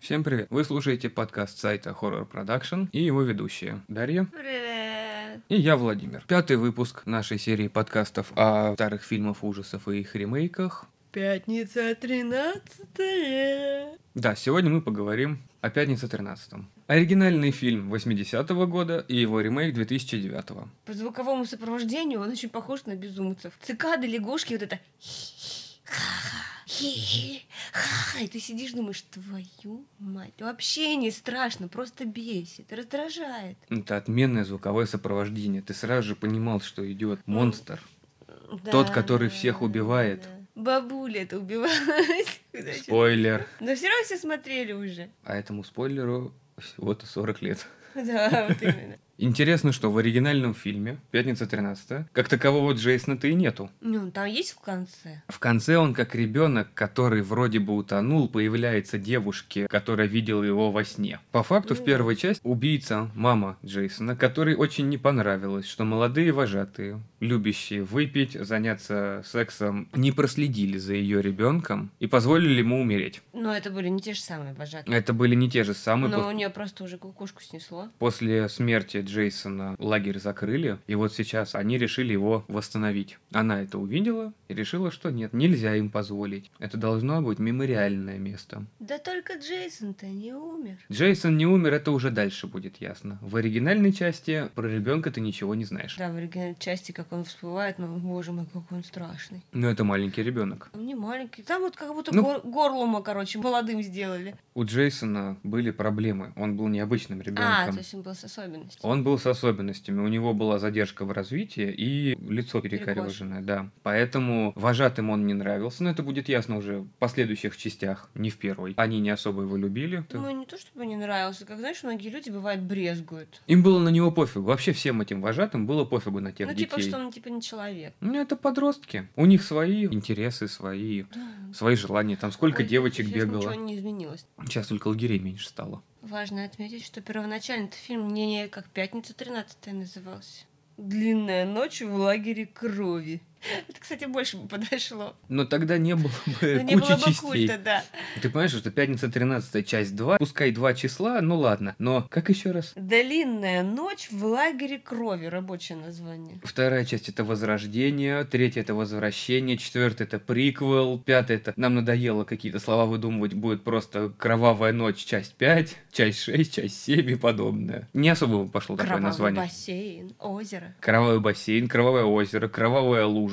Всем привет! Вы слушаете подкаст сайта Horror Production и его ведущие Дарья Привет. и я, Владимир. Пятый выпуск нашей серии подкастов о старых фильмах ужасов и их ремейках. Пятница 13 Да, сегодня мы поговорим о «Пятнице 13 Оригинальный фильм 80-го года и его ремейк 2009-го. По звуковому сопровождению он очень похож на безумцев. Цикады, лягушки, вот это... ха-ха, хи-хи, ха-ха. И ты сидишь, думаешь, твою мать. Вообще не страшно, просто бесит, раздражает. Это отменное звуковое сопровождение. Ты сразу же понимал, что идет монстр. Да, Тот, который да, всех убивает. да. Бабуля это убивалась. Спойлер. Но все равно все смотрели уже. А этому спойлеру всего-то 40 лет. Да, вот именно. Интересно, что в оригинальном фильме «Пятница 13 как такового Джейсона-то и нету. Ну, там есть в конце. В конце он, как ребенок, который вроде бы утонул, появляется девушке, которая видела его во сне. По факту, в первой части убийца, мама Джейсона, которой очень не понравилось, что молодые вожатые, любящие выпить, заняться сексом, не проследили за ее ребенком и позволили ему умереть. Но это были не те же самые божатые. Это были не те же самые. Но пос- у нее просто уже кукушку снесло. После смерти Джейсона лагерь закрыли, и вот сейчас они решили его восстановить. Она это увидела и решила, что нет, нельзя им позволить. Это должно быть мемориальное место. Да только Джейсон-то не умер. Джейсон не умер, это уже дальше будет ясно. В оригинальной части про ребенка ты ничего не знаешь. Да, в оригинальной части, как он всплывает, ну, боже мой, какой он страшный. Но это маленький ребенок. Он не маленький. Там вот как будто Ну- гор- горлума, короче, молодым сделали. У Джейсона были проблемы. Он был необычным А, ребенком. то есть он был с особенностью. Он был с особенностями, у него была задержка в развитии и лицо перекореженное, да. Поэтому вожатым он не нравился, но это будет ясно уже в последующих частях, не в первой. Они не особо его любили. Ну, не то чтобы не нравился, как, знаешь, многие люди, бывает, брезгуют. Им было на него пофигу, вообще всем этим вожатым было пофигу на тех ну, типа, детей. что он, типа, не человек. Ну, это подростки. У них свои интересы, свои, Да. свои желания. Там сколько Ой, девочек сейчас бегало. Ничего не изменилось. Сейчас только лагерей меньше стало. Важно отметить, что первоначально фильм не, не как «Пятница 13 назывался. «Длинная ночь в лагере крови». Это, кстати, больше бы подошло. Но тогда не было бы Ну, не было кучи бы Э, частей. культа, да. Ты понимаешь, что пятница 13 часть 2, пускай два числа, ну ладно. Но как еще раз? «Длинная ночь в лагере крови» — рабочее название. Вторая часть это возрождение, третья это возвращение, четвертая это приквел, пятая это нам надоело какие-то слова выдумывать, будет просто кровавая ночь, часть 5, часть 6, часть 7 и подобное. Не особо пошло такое Кровавый название. бассейн, озеро. Кровавый бассейн, кровавое озеро, кровавая лужица,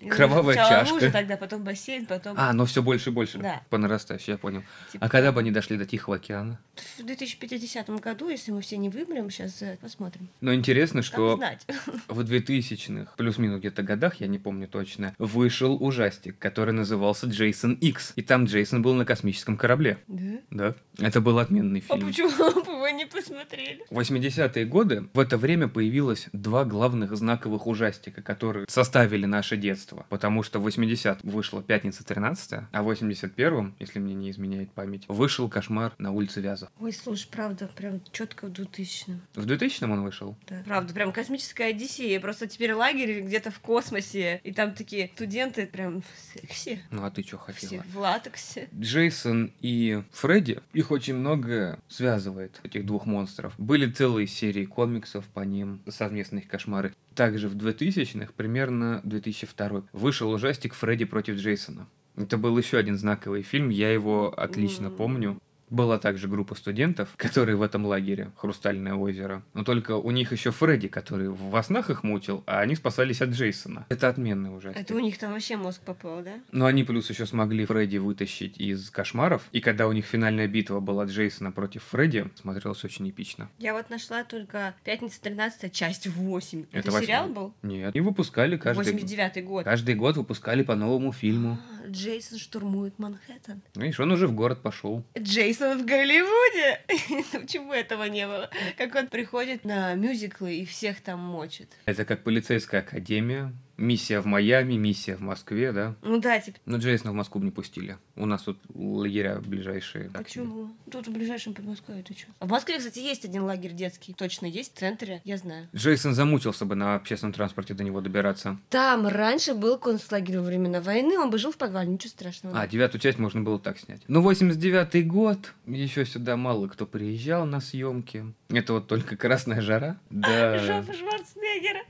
И кровавая сначала чашка. лужа, тогда потом бассейн, потом... А, но все больше и больше. Да. По нарастающей, я понял. типа, А когда бы они дошли до Тихого океана? В 2050 году, если мы все не вымрем, сейчас посмотрим. Но интересно, Как что знать? В 2000-х, плюс-минус где-то годах, я не помню точно, вышел ужастик, который назывался «Джейсон Икс». И там Джейсон был на космическом корабле. Да? Да. Это был отменный А фильм. почему бы вы не посмотрели? В 80-е годы в это время появилось два главных знаковых ужастика, которые составили наше детство. Потому что в 80 вышла «Пятница 13», а в 81-м, если мне не изменяет память, вышел «Кошмар на улице Вязов». Ой, слушай, правда, прям четко в 2000 В 2000-м он вышел? Да. Правда, прям космическая Одиссея. Просто теперь лагерь где-то в космосе, и там такие студенты прям секси. Ну а ты что Все хотела? в латексе. Джейсон и Фредди, их очень много связывает, этих двух монстров. Были целые серии комиксов по ним, совместных кошмары. Также в 2000-х, примерно 2002 вышел ужастик «Фредди против Джейсона». Это был еще один знаковый фильм, я его отлично М. помню. Была также группа студентов, которые в этом лагере, Хрустальное озеро. Но только у них еще Фредди, который во снах их мучил, а они спасались от Джейсона. Это отменный ужастик. Это у них там вообще мозг попал, да? Но они плюс еще смогли Фредди вытащить из кошмаров. И когда у них финальная битва была Джейсона против Фредди, смотрелось очень эпично. Я вот нашла только «Пятница 13 часть 8». Это, восьмой. сериал был? Нет. И выпускали каждый... 89-й год. Каждый год выпускали по новому фильму. А, Джейсон штурмует Манхэттен. Видишь, он уже в город пошел. Джейсон в Голливуде! Ну, Почему этого не было? Как он приходит на мюзиклы и всех там мочит. Это как полицейская академия, Миссия в Майами, миссия в Москве, да? Ну да, типа, Но Джейсона в Москву бы не пустили. У нас тут лагеря ближайшие. А почему? Тут в ближайшем Подмосковье, ты чё? А в Москве, кстати, есть один лагерь детский. Точно есть, в центре, я знаю. Джейсон замучился бы на общественном транспорте до него добираться. Там раньше был концлагерь во времена войны, он бы жил в подвале, ничего страшного. А, девятую часть можно было так снять. Ну, 89-й год, еще сюда мало кто приезжал на съемки. Это вот только «Красная жара». А, Да, Жопа Шварценеггера.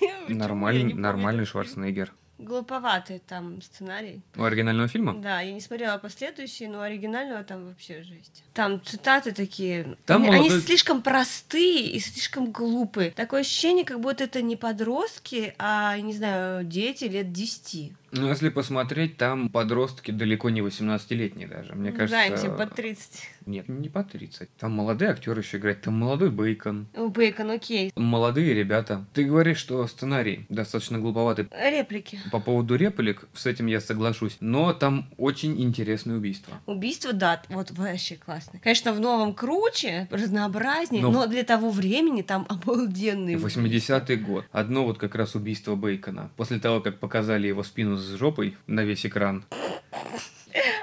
Я не нормальный, помню нормальный этот фильм. Шварценеггер. Глуповатый там сценарий. У оригинального фильма? Да, я не смотрела последующие, но оригинального там вообще жесть. Там цитаты такие. Там они, они молодой- слишком простые и слишком глупые. Такое ощущение, как будто это не подростки, а, я не знаю, дети лет 10. Ну, если посмотреть, там подростки далеко не 18-летние даже. Мне да, кажется... им типа 30. Нет, не по 30. Там молодые актеры еще играют, там молодой Бейкон. У Ну, Бейкон, окей. Молодые ребята. Ты говоришь, что сценарий достаточно глуповатый. Реплики. По поводу реплик, с этим я соглашусь. Но там очень интересные убийства. Убийство, да, вот вообще классно. Конечно, в новом круче, разнообразнее, Но- но, для того времени там обалденные. убийства. 80-й год. Одно вот как раз убийство Бейкона. После того, как показали его спину с жопой на весь экран.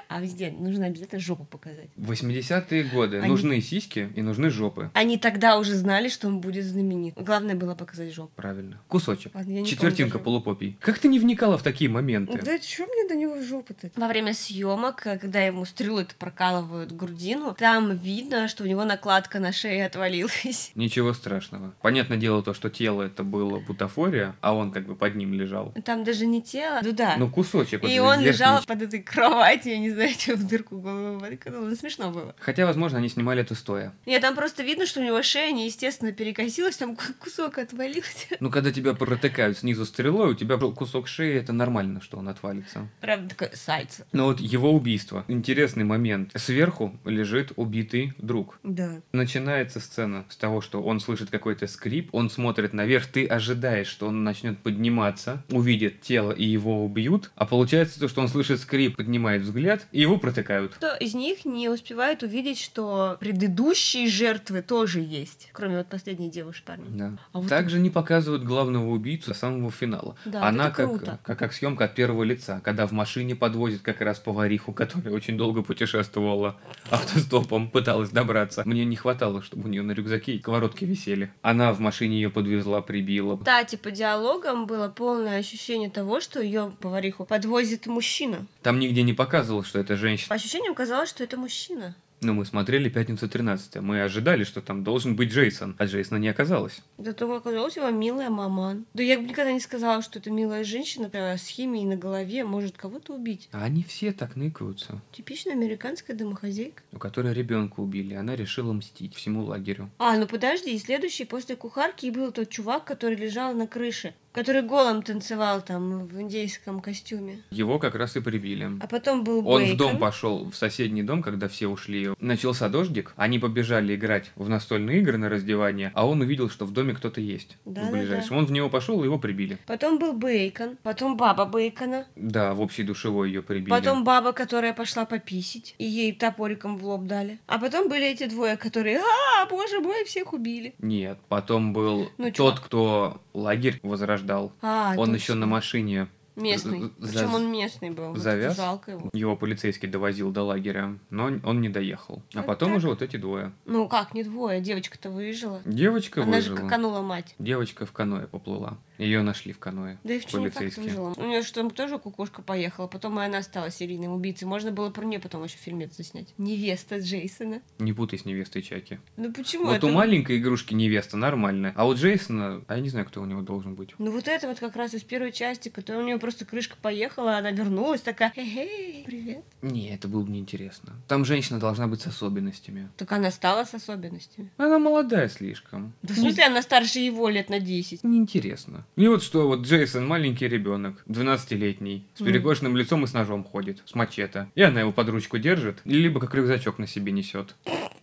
А везде нужно обязательно жопу показать. В 80-е годы Они- нужны сиськи и нужны жопы. Они тогда уже знали, что он будет знаменит. Главное было показать жопу. Правильно. Кусочек. Ладно, я не Четвертинка помню полупопий. Как ты не вникала в такие даже. моменты? Да что мне до него жопа-то? Во время съемок, когда ему стрелы прокалывают грудину, там видно, что у него накладка на шее отвалилась. Ничего страшного. Понятное дело то, что тело это было бутафория, а он как бы под ним лежал. Там даже не тело, ну да. Ну, кусочек. вот и этой он верхней лежал ч- под этой кроватью, я не знаю, что в дырку голову воткнула. Ну, смешно было. Хотя, возможно, они снимали это стоя. Нет, там просто видно, что у него шея неестественно перекосилась, там ку- кусок отвалился. Ну, когда тебя протыкают снизу стрелой, у тебя был кусок шеи, это нормально, что он отвалится. Правда, такое сальце. Но Ну вот его убийство. Интересный момент. Сверху лежит убитый друг. Да. Начинается сцена с того, что он слышит какой-то скрип, он смотрит наверх, ты ожидаешь, что он начнет подниматься, увидит тело и его убьют, а получается то, что он слышит скрип, поднимает взгляд, и его протыкают. Кто из них не успевает увидеть, что предыдущие жертвы тоже есть, кроме вот последней девушки парня. Да. А вот Также не показывают главного убийцу до самого финала. Да, вот Она это как, круто. как, как съемка от первого лица, когда в машине подвозит как раз повариху, которая очень долго путешествовала автостопом, пыталась добраться. Мне не хватало, чтобы у нее на рюкзаке сковородки висели. Она в машине ее подвезла, прибила. Кстати, по диалогам типа, было полное ощущение того, что ее повариху подвозит мужчина. Там нигде не показывалось, что это женщина. По ощущениям казалось, что это мужчина. Но мы смотрели «Пятницу 13 Мы ожидали, что там должен быть Джейсон, а Джейсона не оказалось. Зато оказалось его милая маман. Да я бы никогда не сказала, что это милая женщина э, с химией на голове может кого-то убить. А они все так ныкаются. Типичная американская домохозяйка. У которой ребенка убили. Она решила мстить всему лагерю. А, ну подожди, и следующий после кухарки и был тот чувак, который лежал на крыше, который голым танцевал там в индейском костюме. Его как раз и прибили. А потом был Он Бейкон. в дом пошел, в соседний дом, когда все ушли. Начался дождик, они побежали играть в настольные игры на раздевание, а он увидел, что в доме кто-то есть. Да-да-да. в ближайшем. Он в него пошел, и его прибили. Потом был Бейкон, потом баба Бейкона, Да, в общей душевой ее прибили. потом баба, которая пошла пописить, и ей топориком в лоб дали. А потом были эти двое, которые, а, боже мой, всех убили. Нет, потом был Ну, тот, чувак. кто лагерь возрождал. А, он точно. еще на машине. Местный. за- Причем за- он местный был. вот Э, завяз? это Жалко его. Его полицейский довозил до лагеря, но он- он не доехал. А Вот потом так. уже вот эти двое. Ну как, не двое, девочка-то выжила. Девочка Она же выжила. каканула мать. Девочка в каное поплыла. Ее нашли в каное. Да и в чем факт Полицейские. выжила? У нее что там тоже кукушка поехала, потом и она стала серийным убийцей. Можно было про нее потом еще фильмец заснять. Невеста Джейсона. Не путай с невестой Чаки. Ну почему вот это? у маленькой игрушки невеста нормальная, а у Джейсона, а я не знаю, кто у него должен быть. Ну вот это вот как раз из первой части, которая у нее просто крышка поехала, она вернулась такая, «Хе-хей, привет. Не, это было бы неинтересно. Там женщина должна быть с особенностями. Так она стала с особенностями. Она молодая слишком. Да а в смысле она старше его лет на 10? Неинтересно. И вот что, вот Джейсон маленький ребенок, 12-летний, с Мгм. перекошенным лицом и с ножом ходит, с мачете. И она его под ручку держит, либо как рюкзачок на себе несет.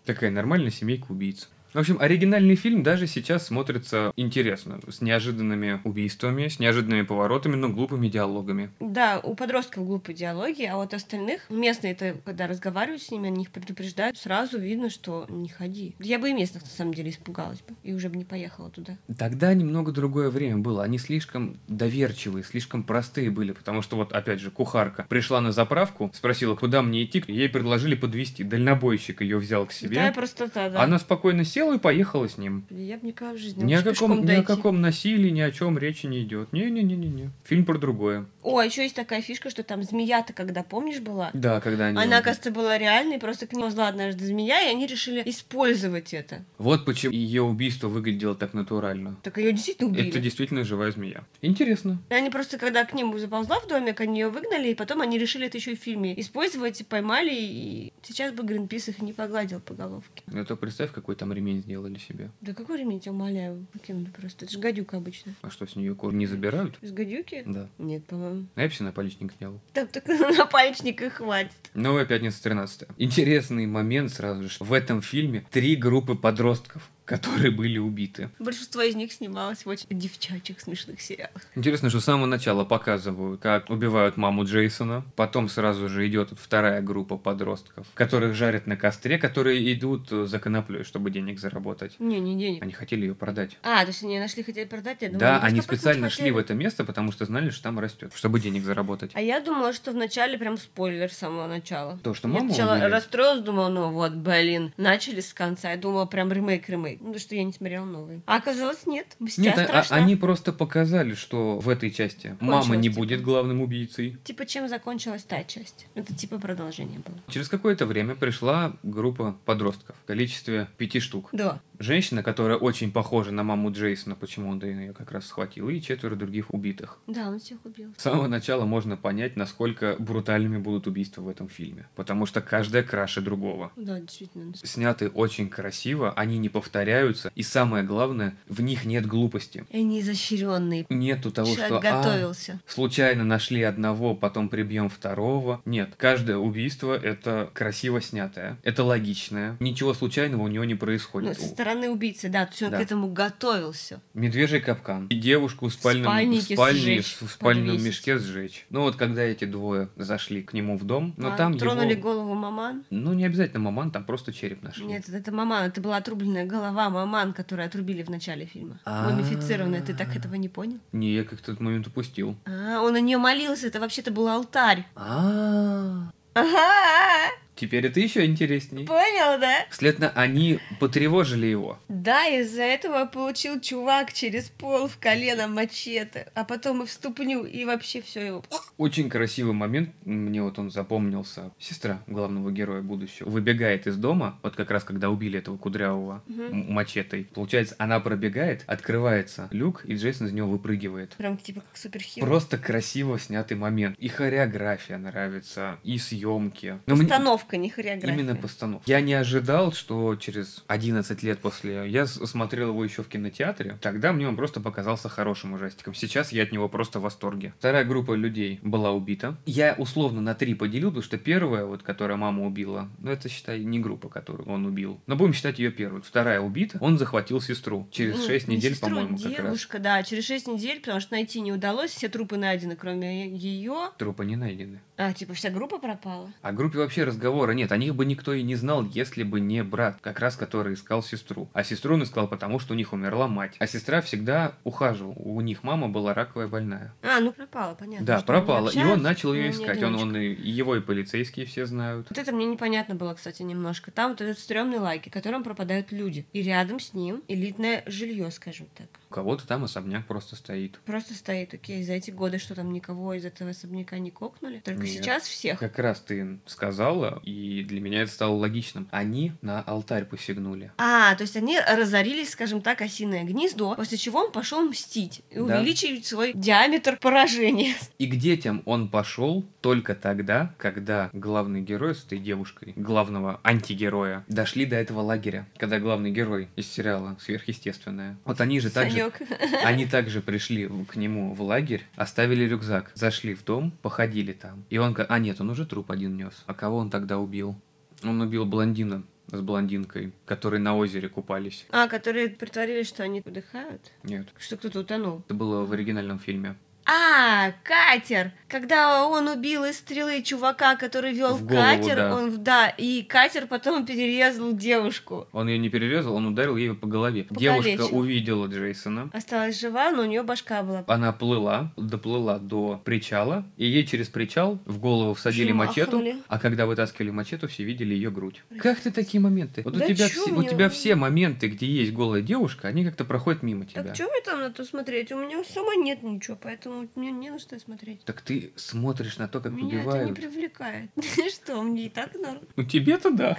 Такая нормальная семейка убийц. В общем, оригинальный фильм даже сейчас смотрится интересно, с неожиданными убийствами, с неожиданными поворотами, но глупыми диалогами. Да, у подростков глупые диалоги, а вот остальных местные, это когда разговаривают с ними, они их предупреждают, сразу видно, что не ходи. Я бы и местных на самом деле испугалась бы и уже бы не поехала туда. Тогда немного другое время было. Они слишком доверчивые, слишком простые были, потому что вот опять же кухарка пришла на заправку, спросила, куда мне идти, ей предложили подвести. Дальнобойщик ее взял к себе. Святая простота, да. Она спокойно села и поехала с ним. Я бы никогда в жизни Ни не о, могла каком, пешком ни о дойти. каком насилии, ни о чем речи не идет. Не-не-не-не-не. Фильм про другое. О, а еще есть такая фишка, что там змея-то, когда помнишь, была, Да, когда они... она, кажется, была реальной, просто к ним возла однажды змея, и они решили использовать это. Вот почему ее убийство выглядело так натурально. Так ее действительно убили. Это действительно живая змея. Интересно. Они просто, когда к ним заползла в домик, они ее выгнали, и потом они решили это еще и в фильме использовать, поймали, и сейчас бы Гринпис их не погладил по головке. А то представь, какой там ремень сделали себе. Да какой ремень, я умоляю, выкинули просто. Это же гадюка обычно. А что, с нее кожу не забирают? Из гадюки? Да. Нет, по-моему. А я бы себе напальчник снял. Там только на пальчник и хватит. Новая пятница 13. Интересный момент сразу же, что в этом фильме три группы подростков, которые были убиты. Большинство из них снималось в очень девчачьих смешных сериалах. Интересно, что с самого начала показывают, как убивают маму Джейсона, потом сразу же идет вторая группа подростков, которых жарят на костре, которые идут э, за коноплей, чтобы денег заработать. Не, не денег. Они хотели ее продать. А, то есть они её нашли, хотели продать? Я думала, да, ну, они 100% специально шли в хотели. это место, потому что знали, что там растет, чтобы денег заработать. А я думала, что вначале прям спойлер с самого начала. То, что я маму сначала убили? расстроилась, думала, ну вот, блин, начали с конца. Я думала, прям ремейк, ремейк. Ну, потому что я не смотрела новые. А оказалось, нет. Мстя Нет, а- а- страшна. они просто показали, что в этой части мама не типа. будет главным убийцей. Типа, чем закончилась та часть? Это типа продолжение было. Через какое-то время пришла группа подростков в количестве пяти штук. Да. Женщина, которая очень похожа на маму Джейсона, почему он ее как раз схватил, и четверо других убитых. Да, он всех убил. С самого начала можно понять, насколько брутальными будут убийства в этом фильме, потому что каждая краше другого. Да, действительно. Сняты очень красиво, они не повторяются, и самое главное, в них нет глупости. И Они изощренные. Нету того, что... Человек «А, готовился. Случайно нашли одного, потом прибьем второго. Нет, каждое убийство это красиво снятое, это логичное. Ничего случайного у него не Ну, происходит. со стороны убийцы, да, то есть он Да. к этому готовился. Медвежий капкан. И девушку в спальном, Спальники в спальне- сжечь, в спальном подвесить. мешке сжечь. Ну вот когда эти двое зашли к нему в дом, но А, там тронули его... голову маман. Ну не обязательно маман, там просто череп нашли. Нет, это маман, это была отрубленная голова маман, которую отрубили в начале фильма. А. Мумифицированная, ты так этого не понял? Не, я как-то этот момент упустил. А, он на нее молился, это вообще-то был алтарь. А, Ага, а, теперь это еще интересней. понял, да? Следно, они потревожили его. Да, из-за этого получил чувак через пол в колено мачете, а потом и в ступню, и вообще все его. Очень красивый момент, мне вот он запомнился. Сестра главного героя будущего выбегает из дома, вот как раз когда убили этого кудрявого Мгм. м- мачетой. Получается, она пробегает, открывается люк, и Джейсон из него выпрыгивает. Прям типа как суперхил. Просто красиво снятый момент. И хореография нравится, и съемки. Но мне- Постановка, не хореография. Именно постановка. Я не ожидал, что через 11 лет после... Я с- смотрел его еще в кинотеатре. Тогда мне он просто показался хорошим ужастиком. Сейчас я от него просто в восторге. Вторая группа людей была убита. Я условно на три поделил, потому что первая, вот, которая мама убила, ну это, считай, не группа, которую он убил. Но будем считать ее первой. Вторая убита. Он захватил сестру. Через Ну, 6 не недель, сестру, по-моему, как раз. девушка, да, через шесть недель, потому что найти не удалось, все трупы найдены, кроме ее. Трупы не найдены. А, типа вся группа пропала? О группе вообще разговора нет, о них бы никто и не знал, если бы не брат, как раз который искал сестру. А сестру он искал потому, что у них умерла мать. А сестра всегда ухаживала, у них мама была раковая больная. А, ну пропала, понятно. да, что они пропала, и он общаются, начал ее но не искать. Он, одиночка. он и его и полицейские все знают. Вот это мне непонятно было, кстати, немножко. Там вот этот стрёмный лагерь, в котором пропадают люди. И рядом с ним элитное жилье, скажем так. У кого-то там особняк просто стоит. Просто стоит, окей, за эти годы, что там никого из этого особняка не кокнули. Только Нет. сейчас всех. Как раз ты сказала, и для меня это стало логичным. Они на алтарь посягнули. А, то есть они разорились, скажем так, осиное гнездо, после чего он пошел мстить и Да. увеличить свой диаметр поражения. И к детям он пошел только тогда, когда главный герой с этой девушкой, главного антигероя, дошли до этого лагеря, когда главный герой из сериала «Сверхъестественное». Вот они же также, Санек. они также пришли в- к нему в лагерь, оставили рюкзак, зашли в дом, походили там. И он, ка- а нет, он уже труп один нес. А кого он тогда убил? Он убил блондина с блондинкой, которые на озере купались. А, которые притворились, что они отдыхают? Нет, Что кто-то утонул. это было в оригинальном фильме. А, катер! Когда он убил из стрелы чувака, который вел В голову, катер, да. он да, и катер потом перерезал девушку. Он ее не перерезал, он ударил ее по голове. Покалечил. Девушка увидела Джейсона. Осталась жива, но у нее башка была. Она плыла, доплыла до причала, и ей через причал в голову всадили Шмахнули. мачету, а когда вытаскивали мачету, все видели ее грудь. Как ты такие моменты? Вот Да у, тебя чё все, у мне? тебя все моменты, где есть голая девушка, они как-то проходят мимо тебя. Так что мне там на то смотреть? У меня сама нет ничего, поэтому мне не на что смотреть. Так ты смотришь на то, как Меня это не убивают. привлекает. Что, мне и так норм? Ну тебе-то да.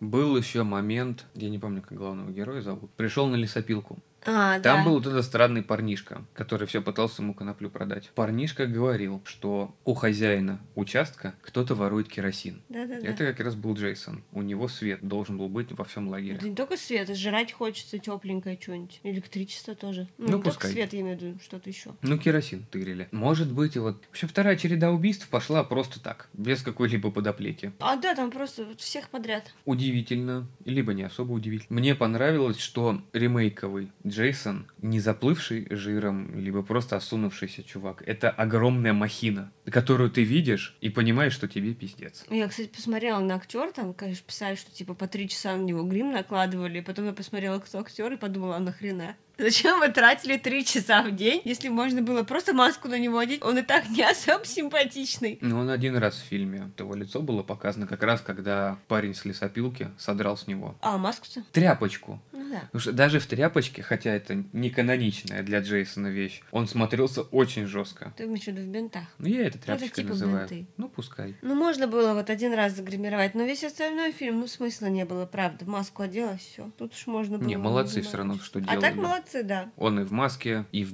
Был еще момент, я не помню, как главного героя зовут, пришел на лесопилку. А, да. Там был вот этот странный парнишка, который все пытался ему коноплю продать. Парнишка говорил, что у хозяина участка кто-то ворует керосин. Да-да-да. Это как раз был Джейсон. У него свет должен был быть во всем лагере. Да не только свет, а жрать хочется тепленькое что-нибудь. Электричество тоже. Ну, Ну, не только пускай. свет, я имею в виду, что-то еще. Ну, керосин тырили. Может быть, и вот... В общем, вторая череда убийств пошла просто так, без какой-либо подоплеки. А да, там просто вот всех подряд. Удивительно, либо не особо удивительно. Мне понравилось, что ремейковый Джейсон не заплывший жиром, либо просто осунувшийся чувак. Это огромная махина, которую ты видишь и понимаешь, что тебе пиздец. Ну, Я, кстати, посмотрела на актер, там, конечно, писали, что типа по три часа на него грим накладывали. Потом я посмотрела, кто актер, и подумала, а нахрена? Зачем вы тратили три часа в день, если можно было просто маску на него одеть? Он и так не особо симпатичный. Но Ну, он один раз в фильме. Его лицо было показано как раз, когда парень с лесопилки содрал с него А, маску-то? тряпочку. Ну да. Потому что даже в тряпочке, хотя это не каноничная для Джейсона вещь, он смотрелся очень жестко. Ты имеешь в виду в бинтах. Ну, я это тряпочкой типа называю. бинты. Ну, пускай. Ну, можно было вот один раз загримировать, но весь остальной фильм, ну, смысла не было, правда. Маску одела, все. Тут уж можно было... Не, молодцы все равно, заморочиться. что А делали. так молодцы, да. Он и в маске, и в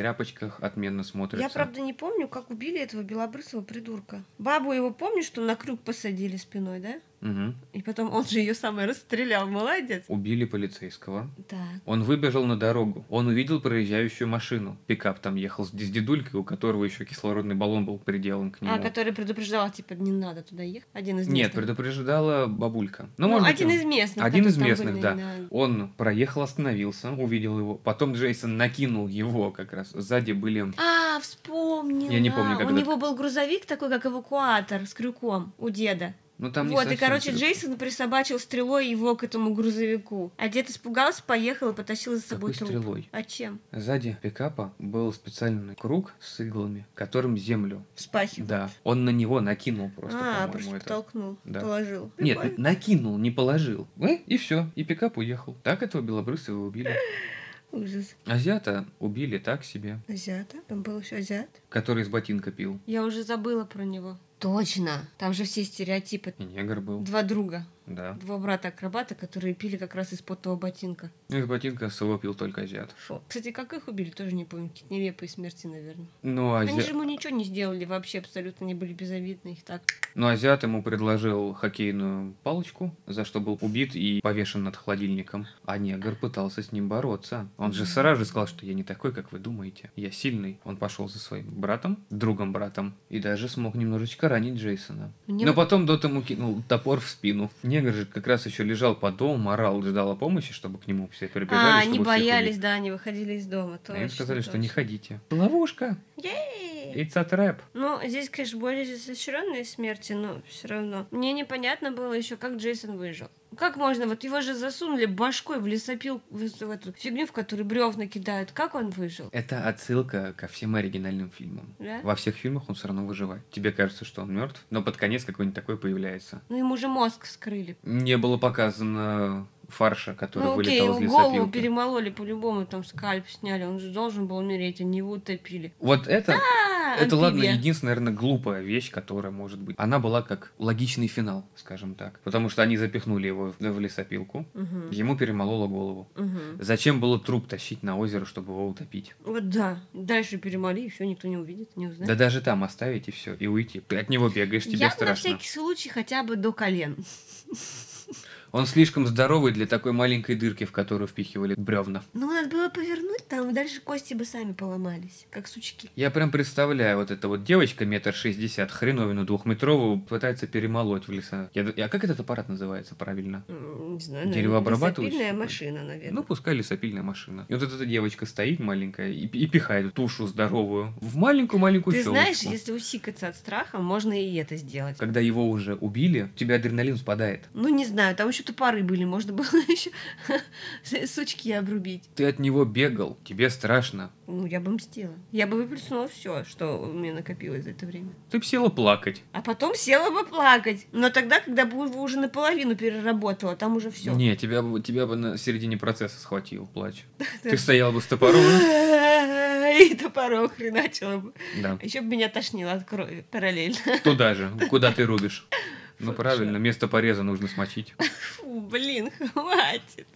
бинтах-тряпочках отменно смотрится. Я, правда, не помню, как убили этого белобрысого придурка. Бабу его, помнишь, что на крюк посадили спиной, да? Мгм. И потом он же ее самой расстрелял, молодец. Убили полицейского. Так. Он выбежал на дорогу. Он увидел проезжающую машину. Пикап там ехал с с дедулькой, у которого еще кислородный баллон был приделан к нему. А, который предупреждал, типа, не надо туда ехать. Один из Нет, местных. предупреждала бабулька. Ну, Ну, может быть, один он- из местных. Один из которые там местных, были, да. Он проехал, остановился, увидел его. Потом Джейсон накинул его как раз. Сзади были... А, вспомнила. Я не помню, как У это- него был грузовик такой, как эвакуатор с крюком у деда. Ну, там не вот, и, совсем короче, всё. Джейсон присобачил стрелой его к этому грузовику. А дед испугался, поехал и потащил за Какой собой труп. стрелой? А чем? Сзади пикапа был специальный круг с иглами, которым землю. Вспахивал. Да, он на него накинул просто, а, по-моему, просто это. потолкнул, Да. положил. Нет, Прикольно. накинул, не положил. Э, И все, и пикап уехал. Так этого белобрысого убили. Ужас. Азиата убили так себе, Азиата? Там был еще азиат? который из ботинка пил. Я уже забыла про него. Точно. Там же все стереотипы. И негр был, Два друга. да. Два брата-акробата, которые пили как раз из потного ботинка. Ну, Из ботинка своего пил только азиат. Фу. Кстати, как их убили, тоже не помню. Какие-то нелепые смерти, наверное. Но, Они же Ну, а азиат, ему ничего не сделали вообще абсолютно. Они были безобидны. Их так но Ну, азиат ему предложил хоккейную палочку, за что был убит и повешен над холодильником. А негр пытался с ним бороться. Он же сразу же сказал, что я не такой, как вы думаете. Я сильный. Он пошел за своим братом, другом братом, и даже смог немножечко ранить Джейсона. Мне Но вот- потом Дот ему кинул топор в спину. Негр же как раз еще лежал под домом, орал, ждал помощи, чтобы к нему все прибежали. чтобы А, они всех боялись, убить. да, они выходили из дома. А точно, им сказали, что точно. не ходите. Ловушка. Ей! It's a trap. Ну, здесь, конечно, более изощренные смерти, но все равно. Мне непонятно было еще, как Джейсон выжил. Как можно? Вот его же засунули башкой в лесопил, в, эту- в эту фигню, в которую бревна кидают. Как он выжил? Это отсылка ко всем оригинальным фильмам. Да? Во всех фильмах он все равно выживает. Тебе кажется, что он мертв, но под конец какой-нибудь такой появляется. Ну, ему же мозг скрыли. Не было показано фарша, который Ну, окей, вылетал его из голову лесопилки. перемололи по-любому, там скальп сняли. Он же должен был умереть, они его утопили. Вот это, А, это ладно, амфибия. единственная, наверное, глупая вещь, которая может быть. Она была как логичный финал, скажем так. Потому что они запихнули его в- в лесопилку, Мгм, ему перемололо голову. мгм. Зачем было труп тащить на озеро, чтобы его утопить? Вот да. Дальше перемоли, и все, никто не увидит, не узнает. Да даже там оставить и все, и уйти. Ты от него бегаешь, тебе Я бы на страшно. всякий случай хотя бы до колен. Он слишком здоровый для такой маленькой дырки, в которую впихивали бревна. Ну, надо было повернуть там, и дальше кости бы сами поломались, как сучки. Я прям представляю, вот эта вот девочка метр шестьдесят, хреновину двухметровую, пытается перемолоть в леса. Я д- а как этот аппарат называется правильно? М, Не знаю, Деревообрабатывающий лесопильная такой? машина, Ну, наверное. пускай лесопильная машина. И вот эта девочка стоит маленькая и, и пихает тушу здоровую в маленькую-маленькую Ты знаешь, щелочку. если усикаться от страха, можно и это сделать. Когда его уже убили, у тебя адреналин спадает. Ну, не знаю, там еще топоры были, можно было еще сучки обрубить. Ты от него бегал, тебе страшно. Ну, я бы мстила. Я бы выплеснула все, что у меня накопилось за это время. Ты б села плакать. А потом села бы плакать. Но тогда, когда бы его уже наполовину переработала, там уже все. Не, тебя, бы- тебя бы на середине процесса схватил плач. Ты стоял бы с топором. И топорок хреначила бы. Да, Еще бы меня тошнило от крови параллельно. туда же, куда ты рубишь. Ну Слушай. правильно, место пореза нужно смочить. Фу, блин, хватит.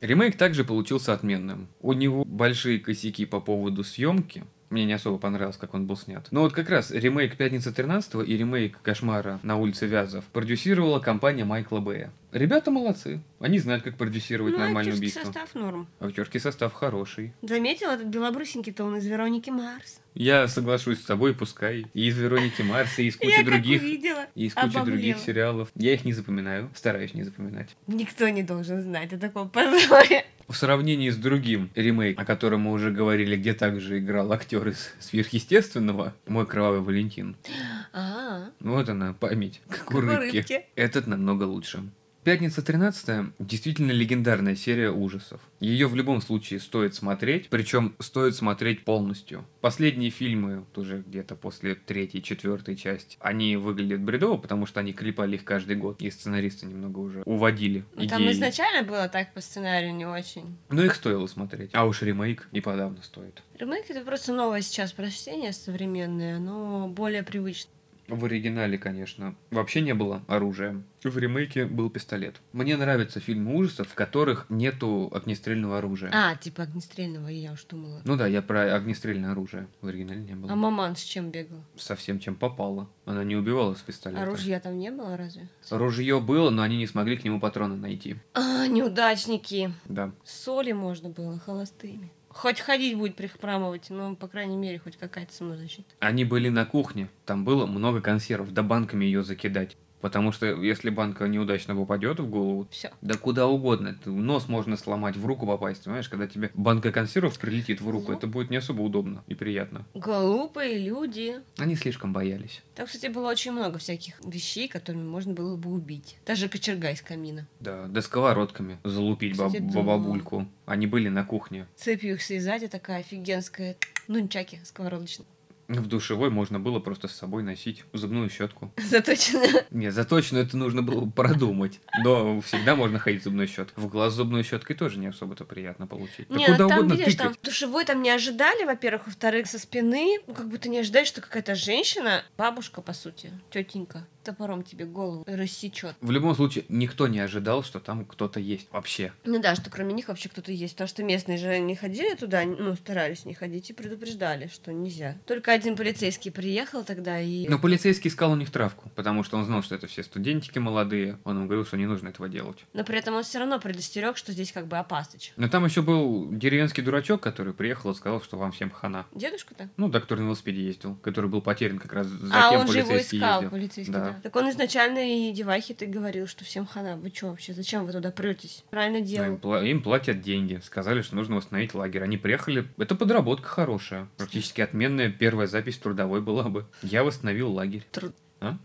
Ремейк также получился отменным. У него большие косяки по поводу съемки. Мне не особо понравилось, как он был снят. Но вот как раз ремейк «Пятница 13 и ремейк «Кошмара на улице Вязов» продюсировала компания Майкла Бэя. Ребята молодцы. Они знают, как продюсировать Ну, нормальное актерский убийство. состав норм. Актерский состав хороший. Заметил этот белобрысенький-то он из Вероники Марс. Я соглашусь с тобой, пускай. И из Вероники Марса, и из кучи я других. как увидела, И из кучи обомлела. других сериалов. Я их не запоминаю, стараюсь не запоминать. Никто не должен знать о таком позоре. В сравнении с другим ремейком, о котором мы уже говорили, где также играл актер из сверхъестественного, мой кровавый Валентин. Ну, А, Вот она, память, как у как у рыбки. рыбки. Этот намного лучше. Пятница 13 действительно легендарная серия ужасов. Ее в любом случае стоит смотреть, причем стоит смотреть полностью. Последние фильмы, вот уже где-то после третьей, четвертой части, они выглядят бредово, потому что они клепали их каждый год, и сценаристы немного уже уводили Ну, там идеи. изначально было так по сценарию не очень. Но их стоило смотреть. А уж ремейк и подавно стоит. Ремейк это просто новое сейчас прочтение современное, но более привычное. В оригинале, конечно, вообще не было оружия. В ремейке был пистолет. Мне нравятся фильмы ужасов, в которых нету огнестрельного оружия. А, типа огнестрельного, я уж думала. Ну да, я про огнестрельное оружие. В оригинале не было. А маман с чем бегал? Совсем чем попало. Она не убивала с пистолета. А ружья там не было разве? Ружье было, но они не смогли к нему патроны найти. А, неудачники. Да. Соли можно было, холостыми. Хоть ходить будет прихрамывать, но, по крайней мере, хоть какая-то самозащита. Они были на кухне. Там было много консервов. Да банками ее закидать. Потому что если банка неудачно попадет в голову, Все. да куда угодно. ты- Нос можно сломать, в руку попасть. Понимаешь, когда тебе банка консервов прилетит в руку, Ну. это будет не особо удобно и приятно. Глупые люди. Они слишком боялись. Там, кстати, было очень много всяких вещей, которыми можно было бы убить. Даже кочерга из камина. Да, да сковородками залупить баб- Кстати, да. бабабульку. Они были на кухне. Цепью их связать, и такая офигенская нунчаки сковородочная. В душевой можно было просто с собой носить зубную щетку. Заточенная. Не, заточно это нужно было продумать. Но всегда можно ходить с зубной щеткой. В глаз зубной щеткой тоже не особо-то приятно получить. Да Не, куда ну там, угодно видишь, тыкать. там в душевой там не ожидали, во-первых, во-вторых, со спины. Ну, как будто не ожидаешь, что какая-то женщина, бабушка, по сути, тетенька, топором тебе голову рассечет. В любом случае, никто не ожидал, что там кто-то есть вообще. Ну да, что кроме них вообще кто-то есть. Потому что местные же не ходили туда, ну, старались не ходить и предупреждали, что нельзя. Только один полицейский приехал тогда и... Но полицейский искал у них травку, потому что он знал, что это все студентики молодые. Он им говорил, что не нужно этого делать. Но при этом он все равно предостерег, что здесь как бы опасность. Но там еще был деревенский дурачок, который приехал и сказал, что вам всем хана. Дедушка-то? Ну да, который на велосипеде ездил, который был потерян как раз за А, кем он же его полицейский искал, ездил. полицейский, Да. да. Так он изначально и девахи ты говорил, что всем хана. Вы что вообще, зачем вы туда претесь? Правильно Ну, им, делал. пла- им платят деньги. Сказали, что нужно восстановить лагерь. Они приехали. Это подработка хорошая. Практически отменная первая запись трудовой была бы. Я восстановил лагерь. Труд. А?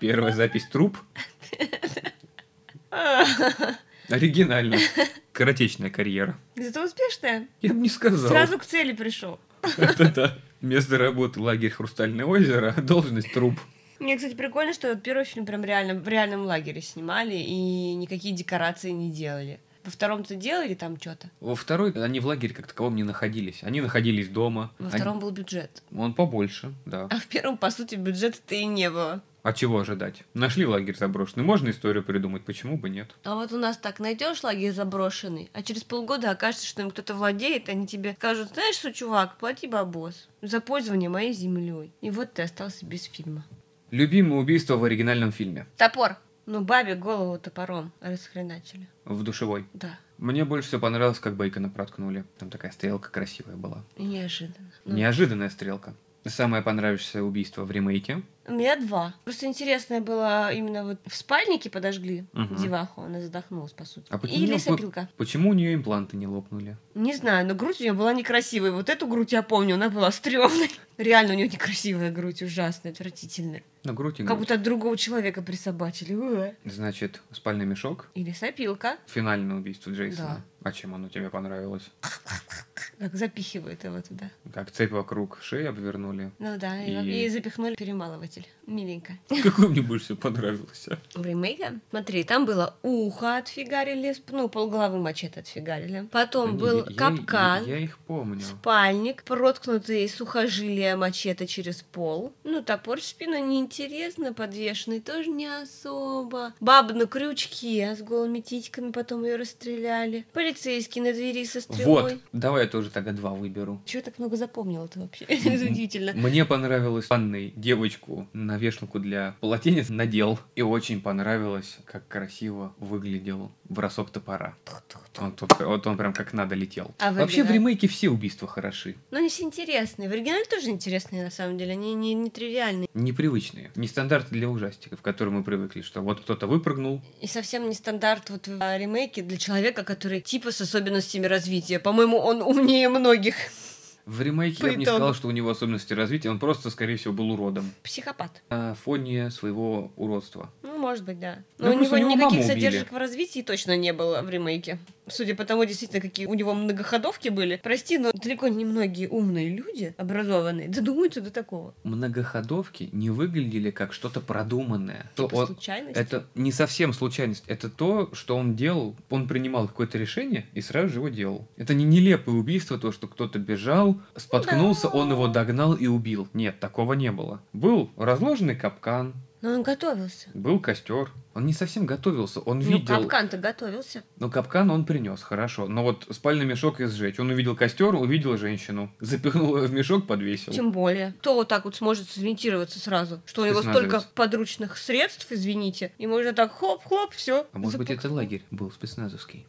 Первая запись труп. А, Оригинально. Коротечная карьера. Зато успешная. Я бы не сказал. Сразу к цели пришел. Это-то. Место работы лагерь Хрустальное озеро, а должность труп. Мне, кстати, прикольно, что этот первый фильм прям реально в реальном лагере снимали и никакие декорации не делали. Во втором-то делали там что-то. Во второй они в лагере как таковом не находились. Они находились дома. Во Они- втором был бюджет. Он побольше, да. А в первом, по сути, бюджета-то и не было. А чего ожидать? Нашли лагерь заброшенный. Можно историю придумать, почему бы нет? А вот у нас так, найдешь лагерь заброшенный, а через полгода окажется, что им кто-то владеет, они тебе скажут, знаешь что, чувак, плати бабос за пользование моей землей. И вот ты остался без фильма. Любимое убийство в оригинальном фильме. Топор. Но Ну, бабе голову топором расхреначили. в душевой. Да, Мне больше всего понравилось, как Бейкона проткнули. Там такая стрелка красивая была. и неожиданно. Ну, Неожиданная стрелка. Самое понравившееся убийство в ремейке. У меня два. Просто интересное было именно вот в спальнике подожгли Мгм. деваху, она задохнулась, по сути. А почему И бы- лесопилка. Почему у нее импланты не лопнули? Не знаю, но грудь у нее была некрасивой. Вот эту грудь я помню, она была стрёмной. Реально у нее некрасивая грудь, ужасная, отвратительная. На грудь и Как грудь. будто от другого человека присобачили. Уэ. Значит, спальный мешок. И лесопилка Финальное убийство Джейсона. А чем оно тебе понравилось? как запихивает его туда. Как цепь вокруг шеи обвернули. Ну да, и, И- и запихнули перемалыватель. Миленько. Какой мне больше всего а? понравился? В ремейке, смотри, там было ухо отфигарили, сп- ну, полголовы мачете отфигарили. Потом был капкан. Я, их помню. Спальник, проткнутые сухожилия мачете через пол. Ну, топор в спину неинтересно, подвешенный тоже не особо. Баба на крючке с голыми титьками, потом ее расстреляли. Полицейский на двери со стрелой. Вот, давай я тоже тогда два выберу. Чего я так много запомнила это вообще? Удивительно. Мне понравилось в ванной девочку на вешалку для полотенец надел. И очень понравилось, как красиво выглядел бросок топора. Он тут, вот он прям как надо летел. А в Вообще в оригинале? ремейке все убийства хороши. Но они все интересные. В оригинале тоже интересные, на самом деле. Они не, не тривиальные. Непривычные. Нестандарт для ужастиков, к которым мы привыкли, что вот кто-то выпрыгнул, И совсем не стандарт вот в а, ремейке для человека, который типа с особенностями развития. По-моему, он умнее многих. В ремейке По я бы не итогу. сказал, что у него особенности развития, он просто, скорее всего, был уродом. Психопат. На фоне своего уродства. Ну, может быть, да. Ну, Но у него просто у него никаких маму убили. задержек в развитии точно не было в ремейке. Судя по тому, действительно, какие у него многоходовки были. Прости, но далеко не многие умные люди, образованные, додумаются до такого. Многоходовки не выглядели как что-то продуманное. То По он- Типа случайности. Это не совсем случайность. Это то, что он делал. Он принимал какое-то решение и сразу же его делал. Это не нелепое убийство, то, что кто-то бежал, споткнулся, Ну да. он его догнал и убил. Нет, такого не было. Был разложенный капкан, Но он готовился. был костер. Он не совсем готовился, он Ну, видел... капкан-то готовился. Ну, капкан он принес, хорошо. Но вот спальный мешок и сжечь. Он увидел костер, увидел женщину. Запихнул ее в мешок, подвесил. Тем более. Кто вот так вот сможет сориентироваться сразу, что у него Спецназовец. столько подручных средств, извините, и можно так хоп-хоп, все. А может быть, это лагерь был спецназовский?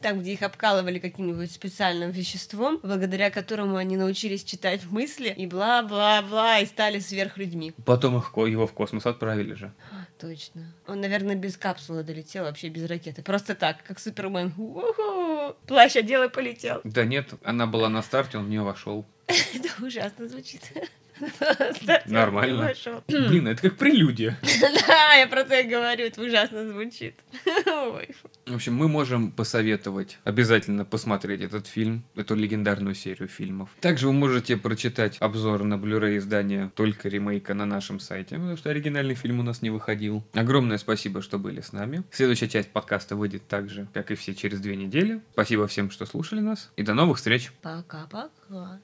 Там, где их обкалывали каким-нибудь специальным веществом, благодаря которому они научились читать мысли и бла-бла-бла, и стали сверхлюдьми. Потом их, ко- его в космос отправили же. А, точно. Он, наверное, без капсулы долетел, вообще без ракеты. Просто так, как Супермен. Уху! Плащ одел и полетел. Да нет, она была на старте, он в нее вошел. Это ужасно звучит. Старт, Нормально. я пошёл. Блин, это как прелюдия. Да, я про то и говорю, это ужасно звучит. Ой, фу. В общем, мы можем посоветовать обязательно посмотреть этот фильм, эту легендарную серию фильмов. Также вы можете прочитать обзор на Blu-ray издания только ремейка на нашем сайте, потому что оригинальный фильм у нас не выходил. Огромное спасибо, что были с нами. Следующая часть подкаста выйдет так же, как и все через две недели. Спасибо всем, что слушали нас, и до новых встреч! Пока-пока.